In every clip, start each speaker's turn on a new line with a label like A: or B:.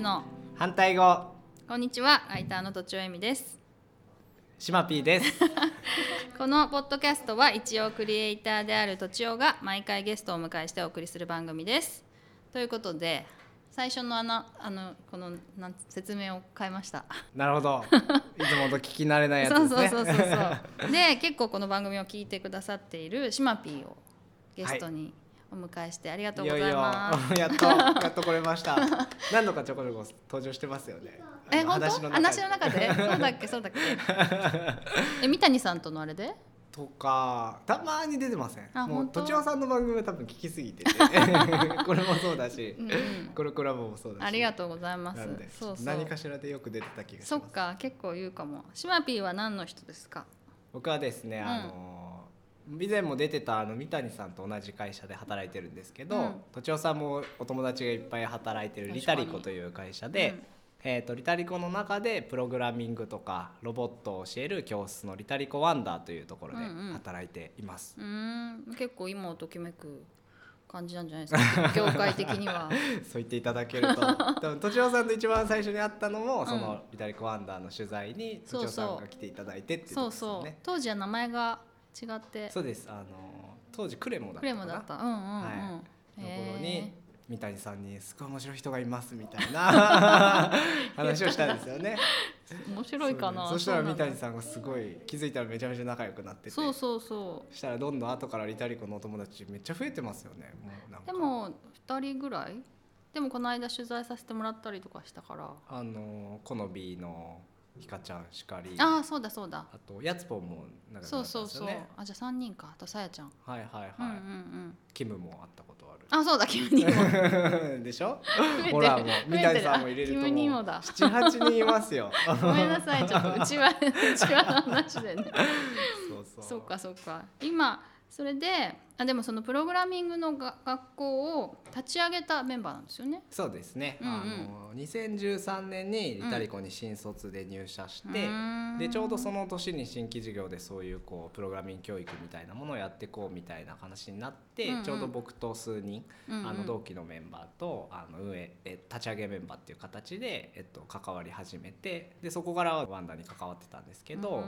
A: の
B: 反対語
A: こんにちはライターのとちおえみです
B: シマピー です
A: このポッドキャストは一応クリエイターであるとちおが毎回ゲストをお迎えしてお送りする番組ですということで最初のあのあのこのなん説明を変えました
B: なるほどいつもと聞き慣れないやつ
A: そ
B: で
A: う
B: す
A: そう
B: ね
A: そうそうそうで結構この番組を聞いてくださっているシマピーをゲストにお迎えしてありがとう
B: い
A: ござ
B: よ
A: い
B: いよ
A: ます。
B: やっとやっと来れました 何度かちょこちょこ登場してますよね
A: え
B: あの
A: 本当話の中でそうだっけそうだっけえ三谷さんとのあれで
B: とかたまに出てません
A: あ
B: もう
A: 本当
B: とちおさんの番組は多分聞きすぎ ててこれもそうだし、
A: うん
B: これコラボもそうだし
A: ありが
B: と
A: とうございます
B: なんで
A: そうそう
B: 何かしらでよく出てた気がし
A: そ
B: ま
A: っ
B: す
A: か結構言うかもシマピーは何の人ですか
B: 僕はですね、あの以前も出てたあの三谷さんと同じ会社で働いてるんですけど、
A: うん
B: とちおさんもお友達がいっぱい働いてるリタリコという会社で、えー、とリタリコの中でプログラミングとかロボットを教える教室のリタリコワンダーというところで
A: うんうん
B: 働いています
A: う。ーん結構今をときめく感じなんじゃないです か業界的には
B: そう言っていただけると 多分とちおさんと一番最初に会ったのも、
A: ん
B: そのリタリコワンダーの取材にと
A: そう
B: ち
A: そう
B: おさんが来ていただいてっていうとこ
A: そ
B: ろ
A: うそ
B: ですよ
A: う
B: ね。
A: 当時は名前が違って
B: そうですあの当時クレモだった
A: ク
B: か
A: レ
B: な
A: モだったうんうんうん、
B: はところに
A: へ
B: 三谷さんに「すごい面白い人がいます」みた いな話をしたんですよね。
A: ー面白いかな
B: そうそしたら
A: うな
B: 三
A: んだ
B: 谷さんがすごい気づいたらめちゃめちゃ仲良くなってて
A: そうそうそ
B: したらどんどん後からリタリコのお友達めっちゃ増えてますよねもうなん
A: う
B: か
A: でも2人ぐらいでもこの間取材させてもらったりとかしたから
B: あのコノビーのひかちゃんしかり
A: ああそうだそうだ
B: あとやつぽんも仲良くなった
A: そ
B: ん
A: う
B: ですよ
A: そう
B: ね
A: そうあじゃあ3人かあとさやちゃん、
B: はいはいはい、
A: うんうんうん
B: キムも会ったことある
A: あそうだ君にも
B: でしょ
A: えてる
B: ほらもう
A: 増えてる
B: 三谷さんも入れるとも
A: キムニ
B: う
A: モだ
B: 78人いますよ
A: ごめんなさいちょっとうちはうちはの話でね
B: そうそう
A: そうかそうか今それであでもそのプログラミングのが学校を立ち上げたメンバーなんですよね。
B: そうですね、
A: うんうん
B: あの2013年にリタリコに新卒で入社して、でちょうどそ
A: の
B: の年に新規事業でそういうこうプログラミング教育みたいなものをやっていこうみたいな話になって、
A: うんうん
B: ちょうど僕と数人、あの同期のメンバーとあの運営え立ち上げメンバーっていう形で、えっと、関わり始めてでそこからはワンダに関わってたんですけど、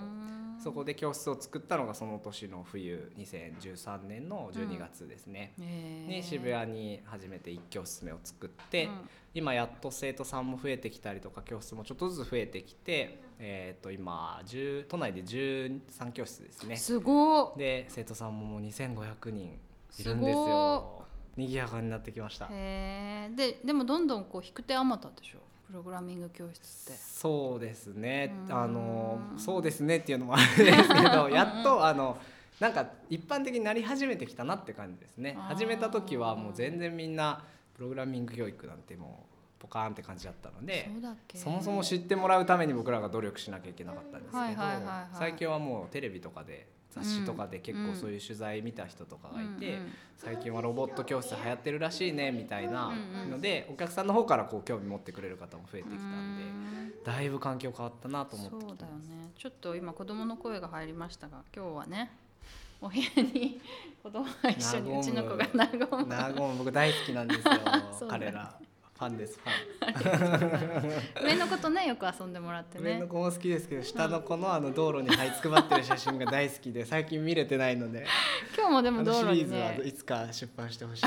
B: そこで教室を作ったのがその年の冬2013年の12月ですね。に
A: に
B: 渋谷に初めて一教室目を作って、今やっと生徒さんも増えてきたりとか教室もちょっとずつ増えてきて、えー、と今10都内で13教室ですね
A: すごい
B: で生徒さんももう2500人いる
A: す
B: んです
A: ご
B: よ賑やかになってきました
A: へえででもどんどんこう引く手あまたでしょプログラミング教室って。
B: そうですね
A: うーん
B: あのそうですねっていうのもあるんですけどやっとあのなんか一般的になり始めてきたなって感じですね
A: あー
B: 始めた時はもう全然みんなプログラミング教育なんてもうポカーンって感じだったので
A: そうだっけ
B: そもそも知ってもらうために僕らが努力しなきゃいけなかったんですけど、
A: はいはいはいはい
B: 最近はもうテレビとかで雑誌とかで結構そういう取材見た人とかがいて、
A: うんうん
B: 最近はロボット教室流行ってるらしいねみたいな
A: うんうん
B: ので、お客さんの方からこう興味持ってくれる方も増えてきたんで、
A: うん
B: だいぶ環境変わったなと思って
A: そう
B: きて
A: だよ
B: ます。
A: ねちょっと今子供の声が入りましたが今日は ねお部屋に子供が一緒に
B: 和む
A: うちの子が和む
B: ナーゴン僕大好きな んですよ
A: そうだね
B: 彼らファンですファン。
A: 上の子とねよく遊んでもらって
B: 上
A: ね
B: の子も好きですけど下の子のあの道路に這いつくばってる写真が大好きで最近見れてないので
A: 今日もで
B: あ
A: も
B: の
A: 道
B: シ
A: 路
B: リー
A: に
B: ズは
A: ね
B: いつか出版して ほし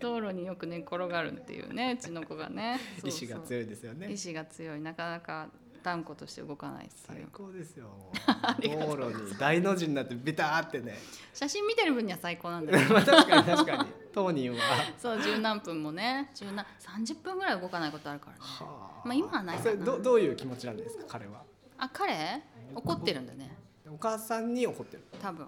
A: 道路によく寝転がるっていうねうちの子が ね
B: い意志が
A: い
B: 強いですよね
A: 意志が強いなかなか断固として動かないです
B: 最
A: よ
B: 高で すよもう道路に大の字になってビターっ てね
A: 写真見てる分には最高なんだけど
B: 確かに確かに当人は
A: そう十何分もね十何30分ぐらい動かないことあるからね
B: は
A: まあ今はないか
B: そ
A: な
B: れどどういう気持ちなんですか彼は
A: あ彼怒ってるんだね
B: お母さんに怒ってる
A: 多分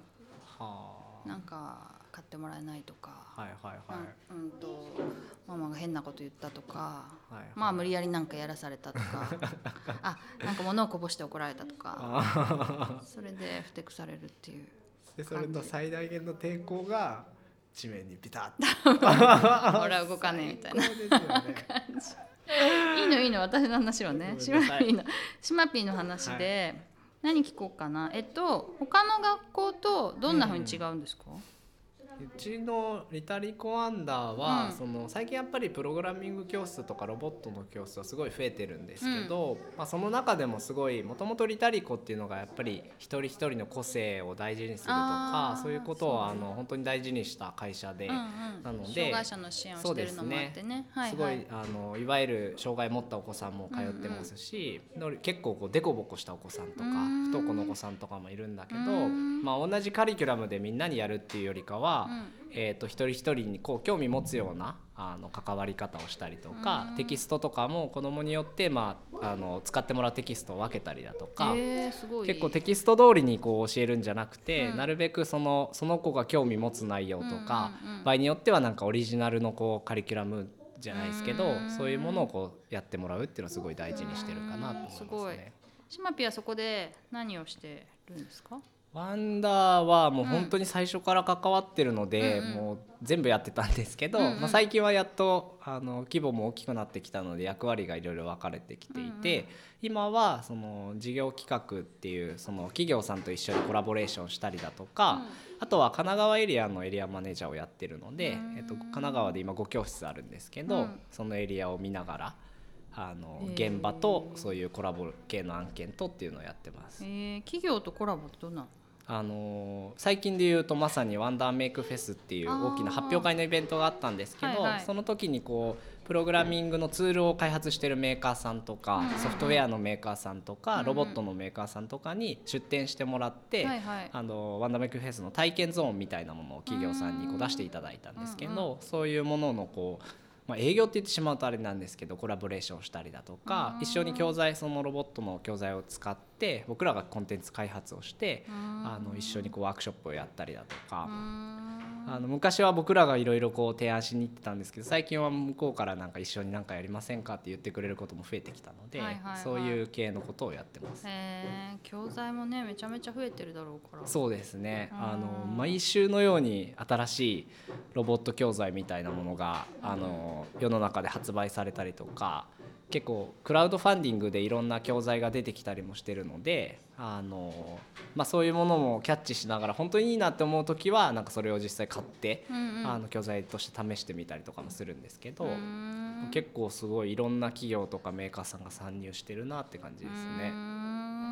B: は
A: なんか買ってもらえないとか、
B: あはいはいはい
A: なんうんとママが変なこと言ったとか、
B: はいはい
A: まあ無理やりなんかやらされたと かあなんか物をこぼして怒られたとか
B: あ
A: それでふてくされるっていう
B: ーでそれの最大限の抵抗が地面にビタ ッて
A: ほら動かねえみたいな
B: そうですよね
A: いいのいいの私の話はね
B: ご
A: シ
B: めんな
A: マ
B: さい
A: ピーのシマピーの話で、何聞こうかなえっと他の学校とどんな風に違うんですか、
B: うちのリタリコアンダーは、
A: うん
B: その最近やっぱりプログラミング教室とかロボットの教室はすごい増えてるんですけど、まあ、その中でもすごいもともとリタリコっていうのがやっぱり一人一人の個性を大事にすると
A: あ
B: か
A: ー
B: そういうことを
A: そう
B: あ
A: ね
B: の本当に大事にした会社で、
A: う
B: なん
A: う
B: の
A: ん、
B: で
A: 障害者の支援をしてるのもあってねはい
B: すご、
A: はいい、
B: あのいわゆる障害持ったお子さんも通ってますし、の結構こうデコボコしたお子さんとか
A: うん
B: 不登校のお子さんとかもいるんだけど、
A: うん
B: まあ、同じカリキュラムでみんなにやるっていうよりかは、
A: うん
B: えー、と一人一人にこう興味持つようなあの関わり方をしたりとか、
A: うん
B: テキストとかも子どもによって、まあ、あの使ってもらうテキストを分けたりだとか。
A: えーすごい
B: 結構テキスト通りにこう教えるんじゃなくて、
A: うん
B: なるべくそのその子が興味持つ内容とか、
A: うんうんうん
B: 場合によってはなんかオリジナルのこうカリキュラムじゃないですけど、
A: うん
B: そういうものをこうやってもらうっていうのはすごい大事にしてるかなと思います
A: うんすごい
B: ね。
A: シマピはそこで何をしてるんですか
B: ワンダーはもう本当に最初から関わってるので、
A: うんうん
B: もう全部やってたんですけど、
A: うんうん
B: まあ、最近はやっとあの規模も大きくなってきたので役割がいろいろ分かれてきていて、
A: うんうん
B: 今はその事業企画っていうその企業さんと一緒にコラボレーションしたりだとか、あとは神奈川エリアのエリアマネージャーをやってるので、
A: うん
B: えっと、神奈川で今5教室あるんですけ
A: う
B: ど、
A: ん
B: そのエリアを見ながらあの
A: へー
B: 現場とそういうコラボ系の案件とっていうのをやってます
A: え。ー企業とコラボってどんなの
B: あのー最近で言うとまさに「ワンダーメイクフェス」っていう
A: あー
B: 大きな発表会のイベントがあったんですけど、
A: はいはい
B: その時にこうプログラミングのツールを開発してるメーカーさんとか、
A: うん
B: ソフトウェアのメーカーさんとか、
A: うん
B: ロボットのメーカーさんとかに出展してもらって、
A: はいはい
B: あのワンダーメイクフェスの体験ゾーンみたいなものを企業さんにこ
A: うん
B: う出していただいたんですけど、
A: うん
B: そういうもののこう、まあ、営業って言ってしまうとあれなんですけどコラボレーションしたりだとか、
A: うん
B: 一緒に教材そのロボットの教材を使って僕らがコンテンツ開発をして、あの一緒にこうワークショップをやったりだとか。あの昔は僕らがいろいろこう提案しに行ってたんですけど最近は向こうからなんか一緒に何かやりませんかって言ってくれることも増えてきたので、
A: はいはいはい
B: そういう系のことをやってます。
A: えー、教材もねめちゃめちゃ増えてるだろうから
B: そうですね、
A: うん
B: あの毎週のように新しいロボット教材みたいなものがあの世の中で発売されたりとか結構クラウドファンディングでいろんな教材が出てきたりもしてるのであの、まあ、そういうものもキャッチしながら本当にいいなって思う時はなんかそれを実際買って、
A: うんうん
B: あの教材として試してみたりとかもするんですけど、
A: うーん
B: 結構すごいいろんな企業とかメーカーさんが参入してるなって感じですね。
A: うー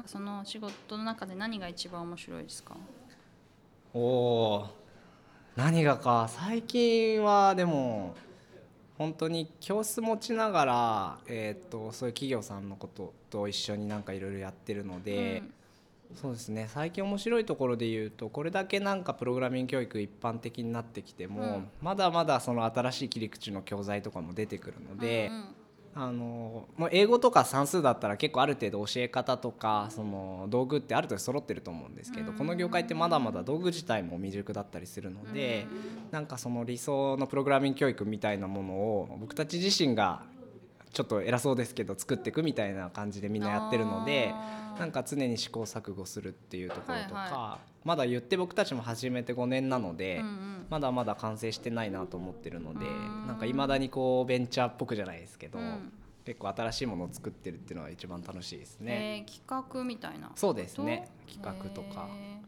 A: んその仕事の中で何が一番面白いですか
B: おお何がか最近はでも本当に教室持ちながら、えー、とそういう企業さんのことと一緒になんかいろいろやってるので、そうですね最近面白いところで言うとこれだけなんかプログラミング教育一般的になってきても、
A: うん
B: まだまだその新しい切り口の教材とかも出てくるの
A: うん
B: で。
A: うんうん
B: あのもう英語とか算数だったら結構ある程度教え方とかその道具ってある程度揃ってると思うんですけど
A: うん
B: この業界ってまだまだ道具自体も未熟だったりするのでなんかその理想のプログラミング教育みたいなものを僕たち自身がちょっと偉そうですけど作っていくみたいな感じでみんなやってるので。
A: あー
B: なんか常に試行錯誤するっていうところとか、
A: はいは
B: まだ言って僕たちも始めて5年なので、
A: うんうん
B: まだまだ完成してないなと思ってるので
A: うん
B: なんかいまだにこうベンチャーっぽくじゃないですけど、
A: うん
B: 結構新しいものを作ってるっていうのが一番楽しいですね。
A: えー企画みたいな
B: そうですね
A: こと
B: 企画とか
A: え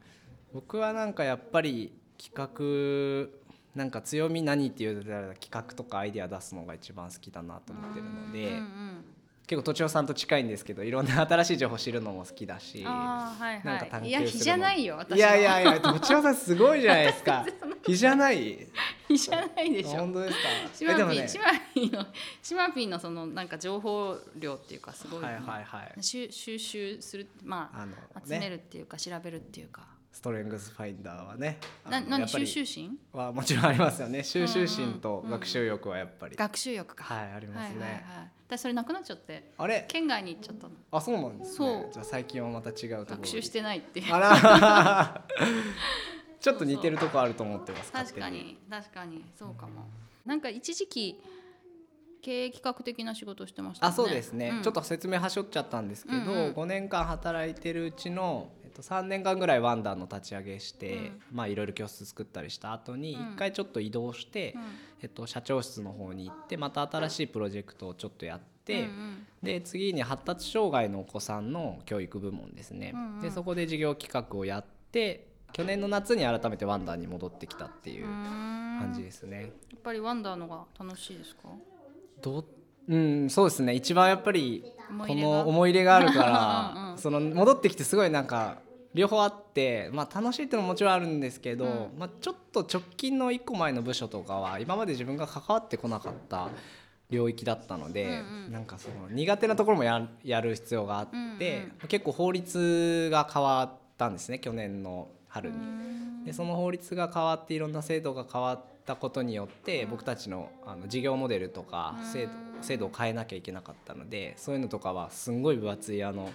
B: 僕はなんかやっぱり企画なんか強み何って言うたら企画とかアイデア出すのが一番好きだなと
A: ー
B: 思ってるので、
A: うんうん
B: 結構とちおさんと近いんですけどいろんな新しい情報知るのも好きだし。
A: あーはい
B: なん
A: は
B: か
A: い
B: 探求
A: いや
B: す
A: 日
B: る
A: じゃ
B: の
A: ないよ私はい
B: やいやいや、とちおさんすごいじゃないですか。日じゃない。
A: 日じゃないでしょ
B: 本当です か。
A: シマピ
B: えで
A: ー、
B: もね
A: シマピーのシマピーのそのなんか情報量っていうかすごい、
B: はいはいはい。
A: 収収集するまあ
B: あの
A: 集めるっていうか、調べるっていうか
B: ストレングスファインダーはね
A: な
B: あのや
A: 何
B: っぱり
A: 収集心
B: はもちろんありますよね収集心と学習欲はやっぱり、
A: 学習欲か、
B: はいありますね、
A: はいはいはい私それなくなっちゃって
B: あれ
A: 県外に行っちゃったの
B: あそうなんですね
A: そう
B: じゃあ最近はまた違うところ
A: 学習してないっていう
B: あら ちょっと似てるとこあると思ってます
A: 確か
B: 勝手
A: に確かにそうかも、なんか一時期経営企画的な仕事をしてました
B: あ
A: ね
B: そうですね、
A: ん
B: ちょっと説明はしょっちゃったんですけど、
A: うんうん
B: 5年間働いてるうちの、えっと、3年間ぐらいワンダーの立ち上げして、
A: うん
B: まあいろいろ教室作ったりした後に
A: うん
B: 1回ちょっと移動して、
A: うん
B: えっと、社長室の方に行ってまた新しいプロジェクトをちょっとやって、
A: うん
B: で次に発達障害のお子さんの教育部門ですね、
A: うんうん
B: でそこで事業企画をやって去年の夏に改めてワンダーに戻ってきたっていうう
A: ーん
B: 感じですね。
A: やっぱりワンダーのが楽しいですか
B: どうん、そうですね一番やっぱり
A: 思い入れ
B: この
A: が
B: 思い入れがあるか
A: うんう
B: ら
A: ん
B: その戻ってきてすごいなんか両方あって、まあ、楽しいっていうのももちろんあるんですけど、
A: う
B: まあ、ちょっと直近の1個前の部署とかは今まで自分が関わってこなかった領域だったので、
A: うんうん
B: なんかその苦手なところもややる必要があって、
A: うん
B: 結構法律が変わったんですね去年の春に。でその法律が変わっていろんな制度が変わったことによって僕たちのあの事業モデルとか
A: うん
B: 制度制度を変えなきゃいけなかったのでそういうのとかはすんごい分厚いあの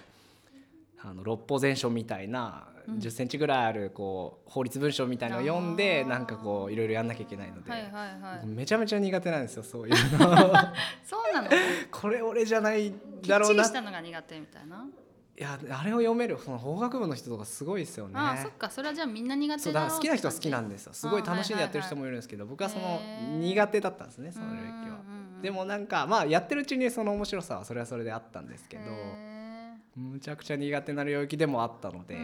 B: あの六法全書みたいな
A: うん
B: 1 0ンチぐらいあるこう法律文書みたいなのを読んで
A: あー
B: なんかこういろいろやんなきゃいけないので
A: はいはいはい
B: めちゃめちゃ苦手なんですよそ ういうの
A: そう なの
B: これ俺じゃない
A: き
B: だ
A: っ
B: ろう
A: ちり
B: な
A: したのが苦手みたいな、
B: いやあれを読めるその法学部の人とかすごいですよね。
A: ああそっかそれはじゃあみんな苦手だ
B: そうだから好きな人は好きなん
A: で
B: ですよすごい楽しんでやってる人もいるんですけど、僕はその苦手だったんですねその領域は。でもなんかまあやってるうちにその面白さはそれはそれであったんですけどむちゃくちゃ苦手な領域でもあったので、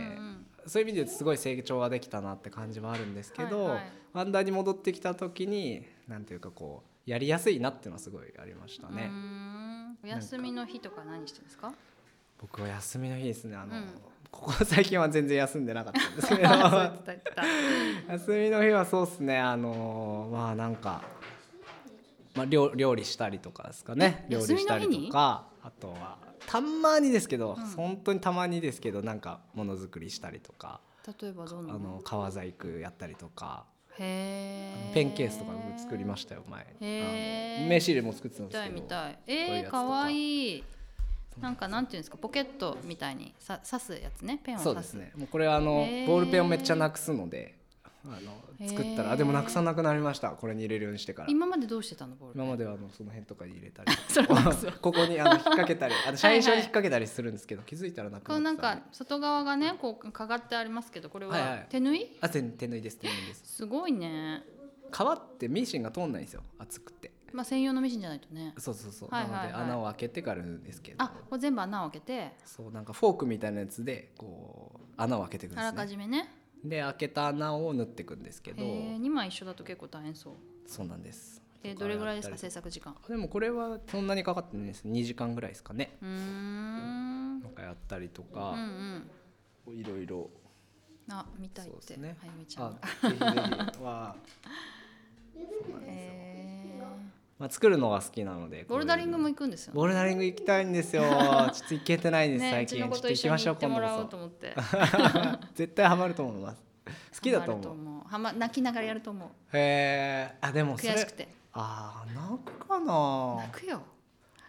B: そういう意味ですごい成長はできたなって感じもあるんですけど、
A: はいはい
B: ワンダーに戻ってきた時になんていうかこうやりやすいなっていうのはすごいありましたね。
A: お休みの日とか何してるんですか
B: 僕は休みの日ですねあの、
A: うん
B: ここ最近は全然休んでなかったんですけ ど
A: あ そう言ってた言ってた
B: 休みの日はそうですねあのーまあなんか、まあ、料料理したりとかですかね
A: え
B: 料理したり
A: 休みの日
B: と
A: に
B: かあとはたまにですけど、
A: うん
B: 本当にたまにですけどなんかものづくりしたりとか、
A: 例えばどんな
B: あの革細工やったりとか、あ
A: へえ
B: のペンケースとか僕作りましたよ前
A: へー
B: あの名刺入れも作ってたん
A: 見
B: で
A: たい
B: すけ
A: 見
B: ど
A: たい
B: こういう
A: え
B: や
A: ー、
B: つとか
A: かわいいなんかなんていうんですかポケットみたいにさ刺すやつねペンを刺す
B: そうですねもうこれはあの、
A: へー
B: ボールペンをめっちゃなくすのであの作ったら、あでもなくさなくなりましたこれに入れるようにしてから
A: 今までどうしてたのボールペン
B: 今まではあのその辺とかに入れたり
A: それなくすわ
B: ここにあの引っ掛け たりあの社員証に引っ掛けたりするんですけど気づいたらなく
A: こうな
B: なっ
A: ん
B: てた
A: か外側がねこうかかってありますけどこれ
B: はいは
A: はい手縫い、
B: あ手手縫いです手縫いです
A: すごいね
B: 革ってミシンが通んないんですよ厚くて
A: まあ専用のミシンじゃないとね
B: そうそうそう、
A: はいはいはい
B: なので穴を開けてから縫うんですけど
A: あこう全部穴を開けて
B: そうなんかフォークみたいなやつでこう穴を開けていくんで
A: あ
B: す
A: らか
B: ね
A: じめね
B: で開けた穴を縫っていくんですけど
A: へえ2枚一緒だと結構大変そう
B: そうなんです
A: えーどれぐらいですか
B: とやったり
A: 制作時間
B: でもこれはそんなにかかってないです2時間ぐらいですかね
A: うーん
B: なんかやったりと
A: うんう
B: か
A: ん
B: いろいろ
A: あ見たいっ
B: そうで
A: て、
B: すね
A: あゆみちゃん
B: あ
A: が、
B: ぜひぜひわあ
A: へえ
B: まあ、作るのが好きなので
A: ボルダリングも
B: こ
A: 行くんですよ
B: ういうのボルダリング行きたい んですよちょっと行けてないです、
A: ね、う
B: 最
A: ち
B: 近
A: の子と一
B: ち
A: 緒
B: ょ
A: に
B: っ
A: 行
B: と行
A: って
B: き
A: も
B: まし
A: ら
B: ょ
A: お
B: う
A: うと思って
B: 今 度こそ絶対ハマると思います 好きだと思う
A: ハマるはま泣きながらやると思う
B: へえあでもそれ
A: 悔しくて
B: あー泣くかな
A: 泣くよ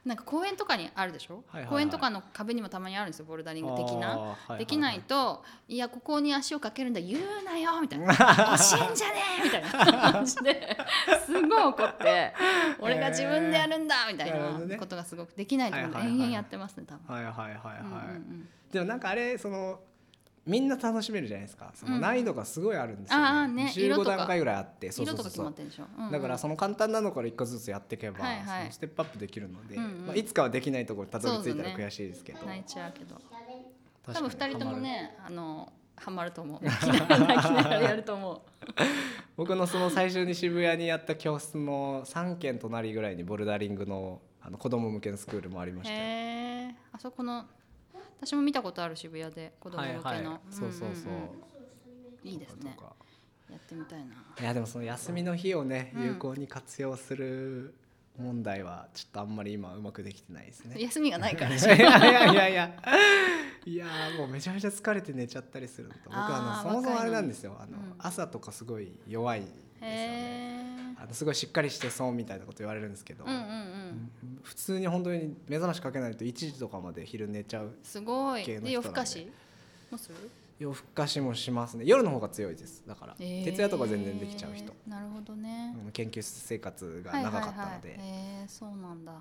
A: なんか公園とかにあるでしょ、
B: はいはいはい
A: 公園とかの壁にもたまにあるんですよボルダリング的な、
B: あーはいはいはい
A: できないと「いやここに足をかけるんだ言うなよ」みたい な「教えんじゃねえ!」みたいな感じですごい怒って「俺が自分でやるんだ!」みたい
B: なるほど
A: な
B: ね
A: ことがすごくできないと思う
B: はいはいはい
A: 延々やってますね多分。
B: はいはいはいはい、
A: うんうんうん
B: でもなんかあれそのみんな楽しめるじゃないですかその難易度がすごいあるんですよ、
A: うんあーね色と
B: 15
A: か
B: 段階ぐらいあってそうそ
A: 色
B: う
A: と
B: そ
A: か決まっ
B: うそう
A: てるでしょ、うんうん
B: だからその簡単なのから一個ずつやっていけば、
A: はいはい
B: そのステップアップできるので、
A: うんうん
B: まあ、いつかはできないところにたどり着いた
A: そ
B: ら
A: うだね
B: 悔しいですけど、
A: 泣いちゃうけど多
B: 確
A: 分
B: か
A: 2
B: に
A: 人とも
B: ハマる
A: ねあのハマると思う 泣きながら泣きながらやると思う
B: 僕のその最初に渋谷にやった教室の3軒隣ぐらいにボルダリングのあの子供向けのスクールもありましたよ
A: へえあそこの私も見たことある渋谷で子供向けの、
B: そうそうそう、
A: んんうんいいですね
B: とか
A: やってみたいない
B: やでもその休みの日をね
A: うん
B: 有効に活用する問題はちょっとあんまり今うまくできてないですね。い
A: 休みがない からでしょ
B: やいやいやいやいやーもうめちゃめちゃ疲れて寝ちゃったりするのと僕は
A: あー
B: あのそもそも
A: 若い
B: あ
A: のに
B: れなんですよあ
A: う
B: の、
A: ん
B: 朝とかすごい弱いんですよね。
A: へえ
B: あのすごいしっかりしてそうみたいなこと言われるんですけど、
A: うんうんうん
B: 普通に本当に目覚ましかけないと1時とかまで昼寝ちゃう
A: すごい
B: 系の人なん
A: で
B: で
A: 夜更かしもする
B: 夜更かしもしますね夜の方が強いですだから、
A: へー
B: 徹夜とか全然できちゃう人、
A: なるほどね、
B: うん研究室生活が長かったので、
A: は いはいはい、へえそうなんだ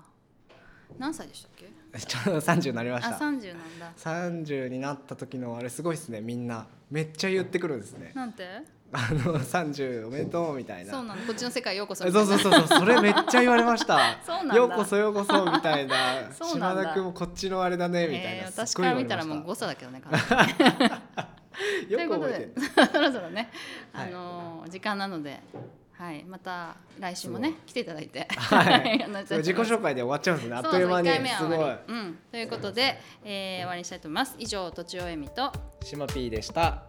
A: 何歳でしたっけ
B: ちょうど30になりまし
A: あ
B: た
A: 三30なんだ
B: 30になった時のあれすごいですねみんなめっちゃ言ってくるんですね
A: なんて
B: あの30おめでとうみたいな
A: そうなのこっちの世界ようこそ
B: そうそうそうそうそれめっちゃ言われました
A: そうなんだ
B: ようこそようこそみたい な
A: そうなんだ
B: 島田君もこっちのあれだねみたいな、
A: えー
B: すっ
A: 私
B: ご
A: か
B: い
A: ら
B: 言
A: 見
B: われました
A: らもう誤差だけどね完全にと
B: よ
A: いう
B: く
A: こと
B: 覚えて
A: で
B: る
A: そろそろね、
B: はい
A: あのー時間なので、はい、また来週もね
B: そう
A: 来ていただいて、
B: は い
A: あのち
B: そ
A: ょ
B: う
A: っと
B: 自己紹介で終わっちゃうんですねあっという間に
A: そうそう一回目は
B: す
A: 終
B: ご
A: わ
B: い
A: りうん、ということで、えー終わりにしたいと思います以上とちおえみと
B: シマピーでした